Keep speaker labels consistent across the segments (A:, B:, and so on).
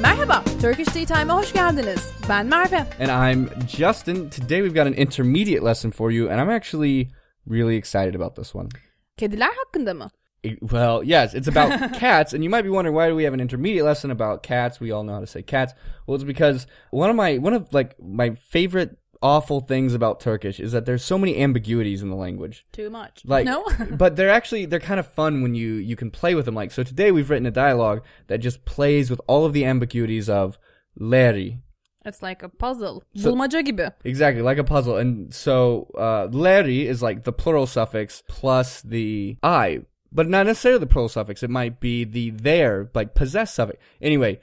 A: Merhaba, Turkish Tea Time'a hoş geldiniz. Ben Merve.
B: And I'm Justin. Today we've got an intermediate lesson for you, and I'm actually really excited about this one.
A: Kediler hakkında mı?
B: It- well, yes, it's about cats, and you might be wondering why do we have an intermediate lesson about cats? We all know how to say cats. Well, it's because one of my one of like my favorite awful things about Turkish is that there's so many ambiguities in the language.
A: Too much.
B: Like,
A: no?
B: but they're actually they're kind of fun when you you can play with them. Like, so today we've written a dialogue that just plays with all of the ambiguities of Larry,
A: It's like a puzzle.
B: So-
A: Bulmaca gibi.
B: Exactly, like a puzzle. And so uh, leri is like the plural suffix plus the I, but not necessarily the plural suffix. It might be the there, like possess suffix. Anyway,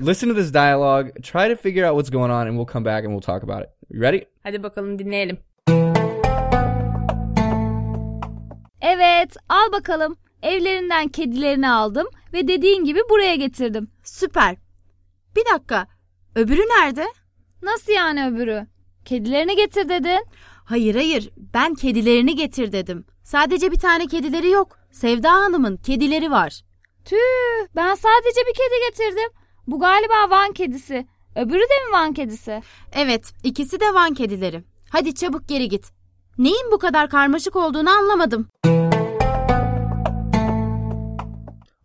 B: listen to this dialogue, try to figure out what's going on, and we'll come back and we'll talk about it. You ready?
A: Hadi bakalım dinleyelim.
C: Evet, al bakalım. Evlerinden kedilerini aldım ve dediğin gibi buraya getirdim.
D: Süper. Bir dakika. Öbürü nerede?
C: Nasıl yani öbürü? Kedilerini getir dedin.
D: Hayır hayır. Ben kedilerini getir dedim. Sadece bir tane kedileri yok. Sevda Hanım'ın kedileri var.
C: Tüh, ben sadece bir kedi getirdim. Bu galiba Van kedisi. Öbürü de mi Van kedisi?
D: Evet, ikisi de Van kedileri. Hadi çabuk geri git. Neyin bu kadar karmaşık olduğunu anlamadım.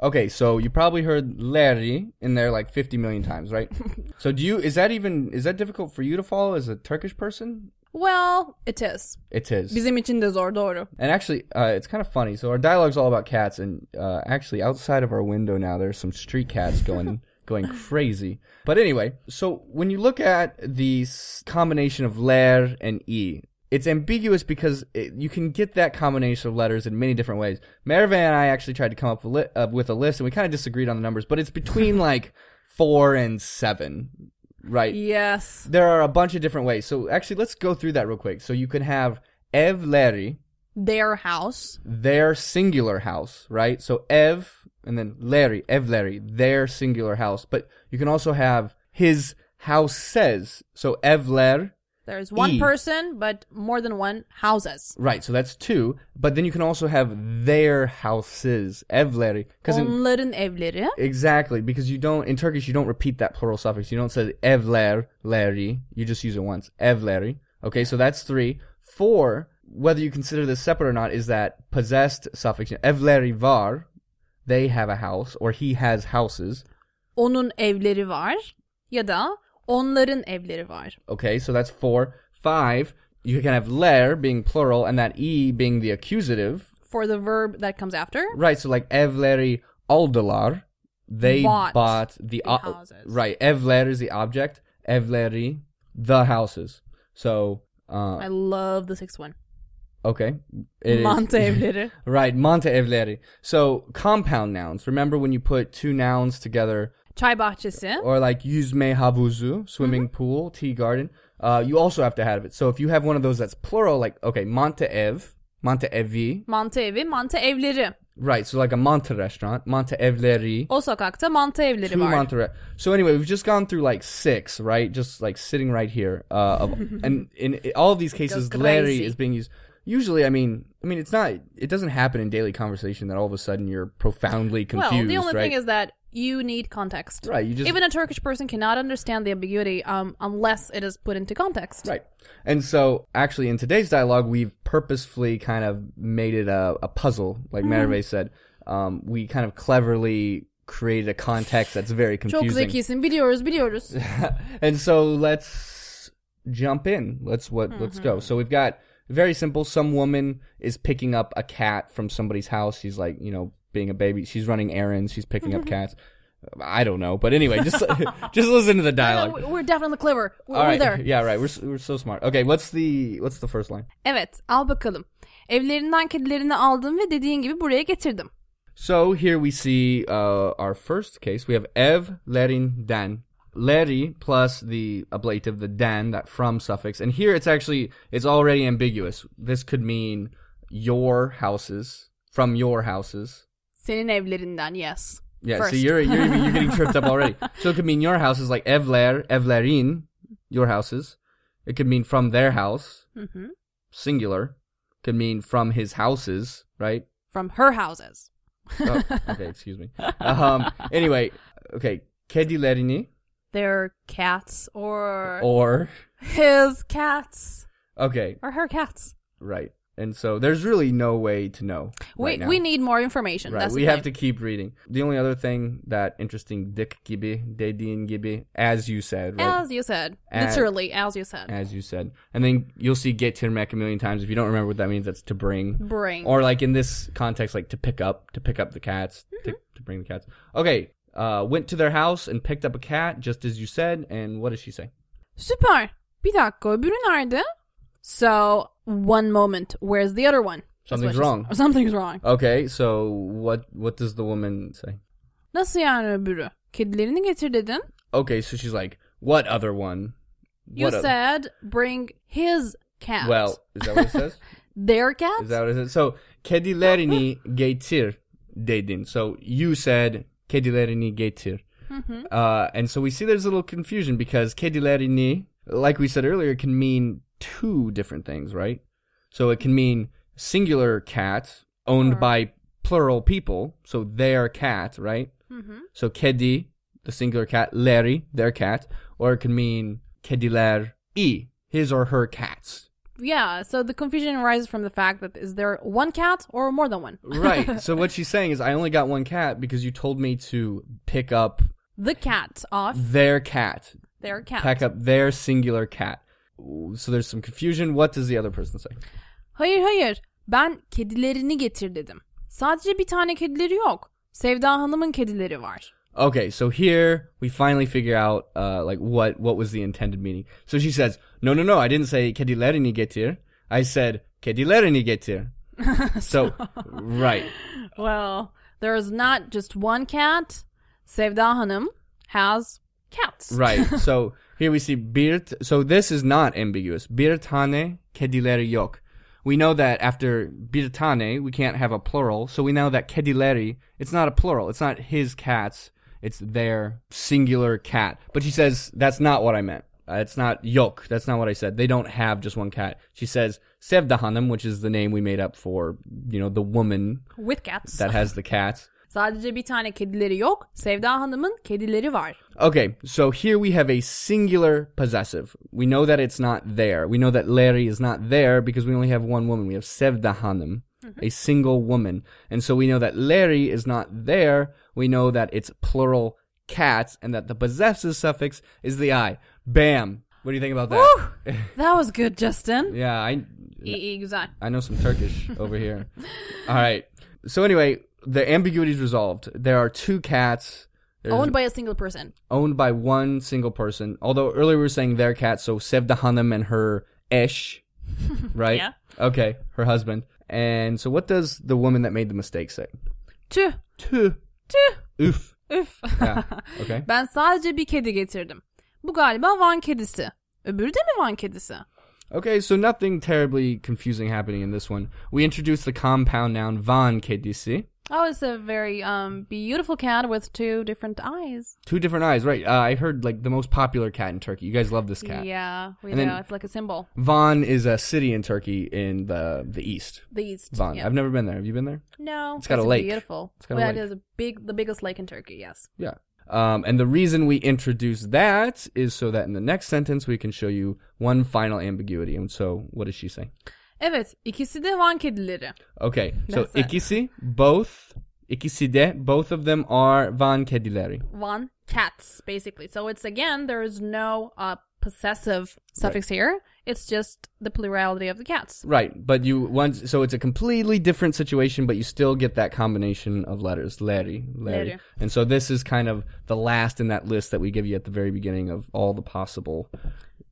B: Okay, so you probably heard leri in there like 50 million times, right? so do you is that even is that difficult for you to follow as a Turkish person?
A: Well, it is.
B: It is.
A: Bizim için de zor, doğru.
B: And actually, uh, it's kind of funny. So our dialogue's all about cats, and uh, actually, outside of our window now, there's some street cats going going crazy. But anyway, so when you look at the s- combination of ler and e, it's ambiguous because it, you can get that combination of letters in many different ways. Merve and I actually tried to come up with, li- uh, with a list, and we kind of disagreed on the numbers, but it's between like four and seven, right?
A: Yes.
B: There are a bunch of different ways. So actually, let's go through that real quick. So you can have evleri
A: Their house.
B: their singular house, right? So Ev and then Larry, Ev Larry, their singular house. But you can also have his house says. So Evler,
A: There's one
B: E.
A: person, but more than one houses.
B: right? So that's two. But then you can also have their houses, Evleri, because
A: Onların evleri.
B: exactly because you don't in Turkish you don't repeat that plural suffix. You don't say Evler, Larry. You just use it once, Evleri. Okay, so that's three. Four, whether you consider this separate or not, is that possessed suffix. Evleri var, they have a house or he has houses.
A: Onun evleri var. Ya da onların evleri var.
B: Okay, so that's four. Five, you can have ler being plural and that e being the accusative.
A: For the verb that comes after.
B: Right, so like evleri aldılar. They
A: Bought
B: bought, the,
A: the
B: o-
A: houses.
B: Right, evler is the object. Evleri, the houses. So, uh,
A: I love the sixth one.
B: okay. it is-
A: Mantı evleri.
B: Right, monte evleri. So, compound nouns. Remember when you put two nouns together
A: Çay bahçesi.
B: or like yüzme havuzu, swimming pool, tea garden. Uh, you also have to have it. So if you have one of those that's plural, like okay, Monte Ev, Monte Evi,
A: Mantı evi, mantı evleri.
B: right? So like a Monte restaurant, Monte Evleri,
A: O sokakta mantı evleri
B: two
A: var.
B: Monte. Re- so anyway, we've just gone through like six, right? Just like sitting right here. Uh, of, and in all of these cases, Larry
A: crazy.
B: is being used. Usually, I mean, I mean, it's not. It doesn't happen in daily conversation that all of a sudden you're profoundly confused.
A: well, the only
B: right?
A: thing is that you need context.
B: Right, you just-
A: even a Turkish person cannot understand the ambiguity um, unless it is put into context.
B: Right. And so, actually, in today's dialogue, we've purposefully kind of made it a, a puzzle, like
A: Mm-hmm.
B: Merve said. Um, we kind of cleverly created a context that's very
A: Çok
B: confusing.
A: zekisin biliyoruz biliyoruz.
B: and so, let's jump in. Let's what? Let's go. So we've got very simple. Some woman is picking up a cat from somebody's house. She's like, you know, being a baby. She's running errands. She's picking up cats. I don't know, but anyway, just just listen to the dialogue.
A: We- We're definitely clever. We're,
B: All
A: we're
B: right.
A: there.
B: Yeah, right. We're s- we're so smart. Okay, what's the what's the first line?
A: Evet al bakalım. Evlerinden kedilerini aldım ve dediğin gibi buraya getirdim.
B: So here we see uh, our first case. We have ev lerin dan. Leri plus the ablative, the dan, that from suffix. And here it's actually, it's already ambiguous. This could mean your houses, from your houses.
A: Senin evlerinden yes.
B: Yeah,
A: First.
B: so you're, you're, even- you're getting tripped up already. So it could mean your houses, like evler, evlerin, your houses. It could mean from their house,
A: Mhm.
B: singular. Could mean from his houses, right?
A: From her houses.
B: oh, okay, excuse me. Um, anyway, okay, kedilerini
A: Their cats or
B: or
A: his cats
B: okay,
A: or her cats.
B: right. And so there's really no way to know.
A: We
B: right now.
A: we need more information.
B: Right,
A: That's
B: we
A: the
B: have
A: thing.
B: to keep reading. The only other thing that interesting Dick gibi, dediğin gibi, as you said, right?
A: As you said,
B: And-
A: literally, as you said,
B: As you said. And then you'll see getirmek a million times. If you don't remember what that means, that's to bring.
A: bring
B: Or like in this context, like to pick up, to pick up the cats, to,
A: Mm-hmm.
B: to bring the cats. Okay, uh, went to their house and picked up a cat, just as you said. And what does she say?
A: Süper. Bir dakika öbürü nerede? So one moment. Where's the other one? That's what
B: Something's
A: she
B: wrong.
A: said. Something's wrong.
B: Okay, so what what does the woman say?
A: Nasıl yani öbürü? Kedilerini getir dedin.
B: Okay, so she's like, what other one?
A: You
B: What o-
A: said bring his cat.
B: Well, is that what it says?
A: their cat.
B: Is that what it says? So kedilerini getir dedin. So you said kedilerini getir. Uh, and so we see there's a little confusion because kedilerini, like we said earlier, can mean two different things, right? So it can mean singular cat owned by plural people, so their cat, right? So kedi, the singular cat, leri, their cat, or it can mean kediler i, his or her cats,
A: yeah. So the confusion arises from the fact that is there one cat or more than one?
B: Right. So what she's saying is, I only got one cat because you told me to pick up
A: The cat of
B: their cat,
A: their cat.
B: pack up their singular cat. So there's some confusion. What does the other person say?
A: Hayır hayır. Ben kedilerini getir dedim. Sadece bir tane kedileri yok. Sevda Hanım'ın kedileri var.
B: Okay, so here we finally figure out uh, like what what was the intended meaning. So she says, "No, no, no, I didn't say kedilerini getir. I said kedilerini getir." so right.
A: Well, there is not just one cat. Sevda Hanım has cats.
B: Right. so here we see Birt. So this is not ambiguous. Birtane kedileri yok. We know that after Birtane, we can't have a plural. So we know that kedileri, it's not a plural. It's not his cats. It's their singular cat. But she says, that's not what I meant. Uh, it's not yok. That's not what I said. They don't have just one cat. She says, Sevdahanım, which is the name we made up for, you know, the woman
A: With cats.
B: that has the cats.
A: Sadece bir tane kedileri yok. Sevda Hanım'ın kedileri var.
B: Okay, so here we have a singular possessive. We know that it's not there. We know that Larry is not there because we only have one woman. We have Sevda Hanım, a single woman. And so we know that Larry is not there. We know that it's plural cats and that the possessive suffix is the I. Bam. What do you think about that?
A: That was good, Justin.
B: yeah, I
A: İyi iyi güzel.
B: I know some Turkish over here. All right. So anyway, the ambiguity is resolved. There are two cats. There's
A: Owned by a single person.
B: owned by one single person. Although earlier we were saying their cat, so Sevda Hanım and her eş, right?
A: Yeah.
B: Okay, her husband. And so what does the woman that made the mistake say?
A: Tüh.
B: Tüh. Tüh. Oof.
A: Üf.
B: Yeah. Okay.
A: ben sadece bir kedi getirdim. Bu galiba Van kedisi. Öbürü de mi Van kedisi?
B: Okay, so nothing terribly confusing happening in this one. We introduce the compound noun van kedisi.
A: Oh, it's a very um, beautiful cat with two different eyes.
B: Two different eyes, right? Uh, I heard like the most popular cat in Turkey. You guys love this cat.
A: Yeah, we
B: And then-
A: know. It's like a symbol.
B: Van is a city in Turkey in the the east.
A: These.
B: Van.
A: Yeah.
B: I've never been there. Have you been there?
A: No,
B: It's got a lake.
A: Beautiful.
B: It's got a
A: Well,
B: lake.
A: it is a big, the biggest lake in Turkey. Yes.
B: Yeah. Um, and the reason we introduce that is so that in the next sentence we can show you one final ambiguity. And so, what does she say?
A: Evet, ikisi de Van kedileri.
B: Okay, so
A: That's it.
B: ikisi, both, ikisi de, both of them are van kedileri.
A: Van cats, basically. So it's again, there is no uh, possessive suffix here. It's just the plurality of the cats.
B: Right, but you once, so it's a completely different situation, but you still get that combination of letters, leri, leri.
A: Leri.
B: And so this is kind of the last in that list that we give you at the very beginning of all the possible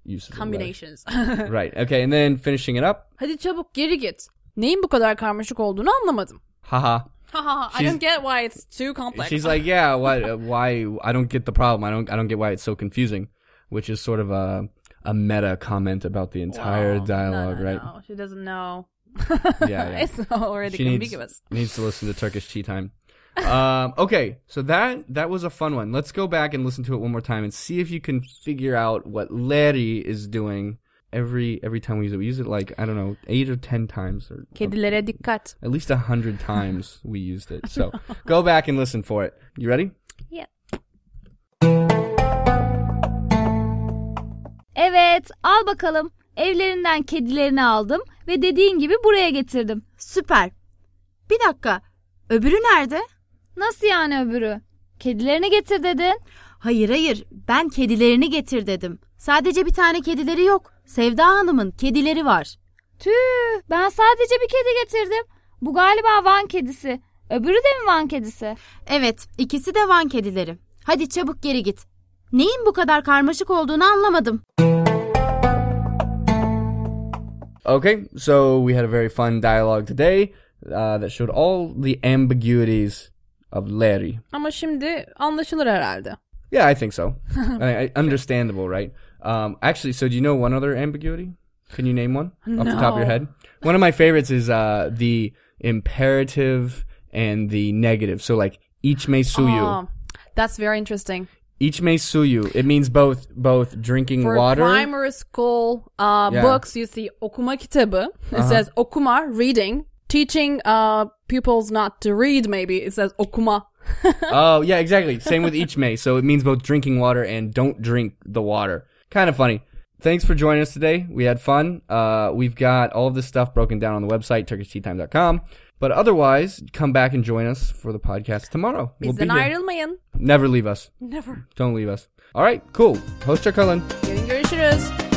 B: uses. of letters.
A: Combinations.
B: Right, okay, and then finishing it up,
A: Hadi çabuk geri git. Neyin bu kadar karmaşık olduğunu anlamadım.
B: haha.
A: Haha, I
B: She's-
A: don't get why it's too complex.
B: She's like, yeah, why? uh, Why? I don't get the problem. I don't. I don't get why it's so confusing, which is sort of a a meta comment about the entire
A: Wow.
B: dialogue,
A: no, no,
B: right?
A: No, she doesn't know.
B: yeah.
A: it's already
B: She needs,
A: ambiguous.
B: needs to listen to Turkish tea time. um, okay, so that that was a fun one. Let's go back and listen to it one more time and see if you can figure out what Larry is doing every every time we use it. We use it like I don't know eight or ten times or
A: Kedilere dikkat.
B: at least a hundred times we used it. So go back and listen for it. You ready?
A: Yeah.
C: Evet al bakalım. Evlerinden kedilerini aldım ve dediğin gibi buraya getirdim.
D: Süper. Bir dakika. Öbürü nerede?
C: Nasıl yani öbürü? Kedilerini getir dedin.
D: Hayır hayır. Ben kedilerini getir dedim. Sadece bir tane kedileri yok. Sevda Hanım'ın kedileri var.
C: Tüh ben sadece bir kedi getirdim. Bu galiba Van kedisi. Öbürü de mi Van kedisi?
D: Evet, ikisi de Van kedileri. Hadi çabuk geri git. Neyin bu kadar karmaşık olduğunu anlamadım.
B: Okay, so we had a very fun dialogue today uh, that showed all the ambiguities of Larry.
A: Ama şimdi anlaşılır herhalde.
B: Yeah, I think so. I, I, understandable, right? Um, actually, so do you know one other ambiguity? Can you name one off the top of your
A: No.
B: head? One of my favorites is uh, the imperative and the negative. So like each may sue you.
A: Aa, Um, that's very interesting.
B: Each may sue you. It means both both drinking
A: For
B: water.
A: primary school uh,
B: Yeah. Uh-huh.
A: books, you see okuma kitabı. It says okuma, reading. Teaching uh, pupils not to read, maybe. It says okuma.
B: oh yeah, exactly. Same with each may. So it means both drinking water and don't drink the water. Kind of funny. Thanks for joining us today. We had fun. Uh, we've got all of this stuff broken down on the website, turkishteatime.com. But otherwise, come back and join us for the podcast tomorrow. We'll
A: Bizden
B: be here.
A: ayrılmayın.
B: Never leave us.
A: Never.
B: Don't leave us. All right, cool. Host Chuck Cullen.
A: Yarın görüşürüz.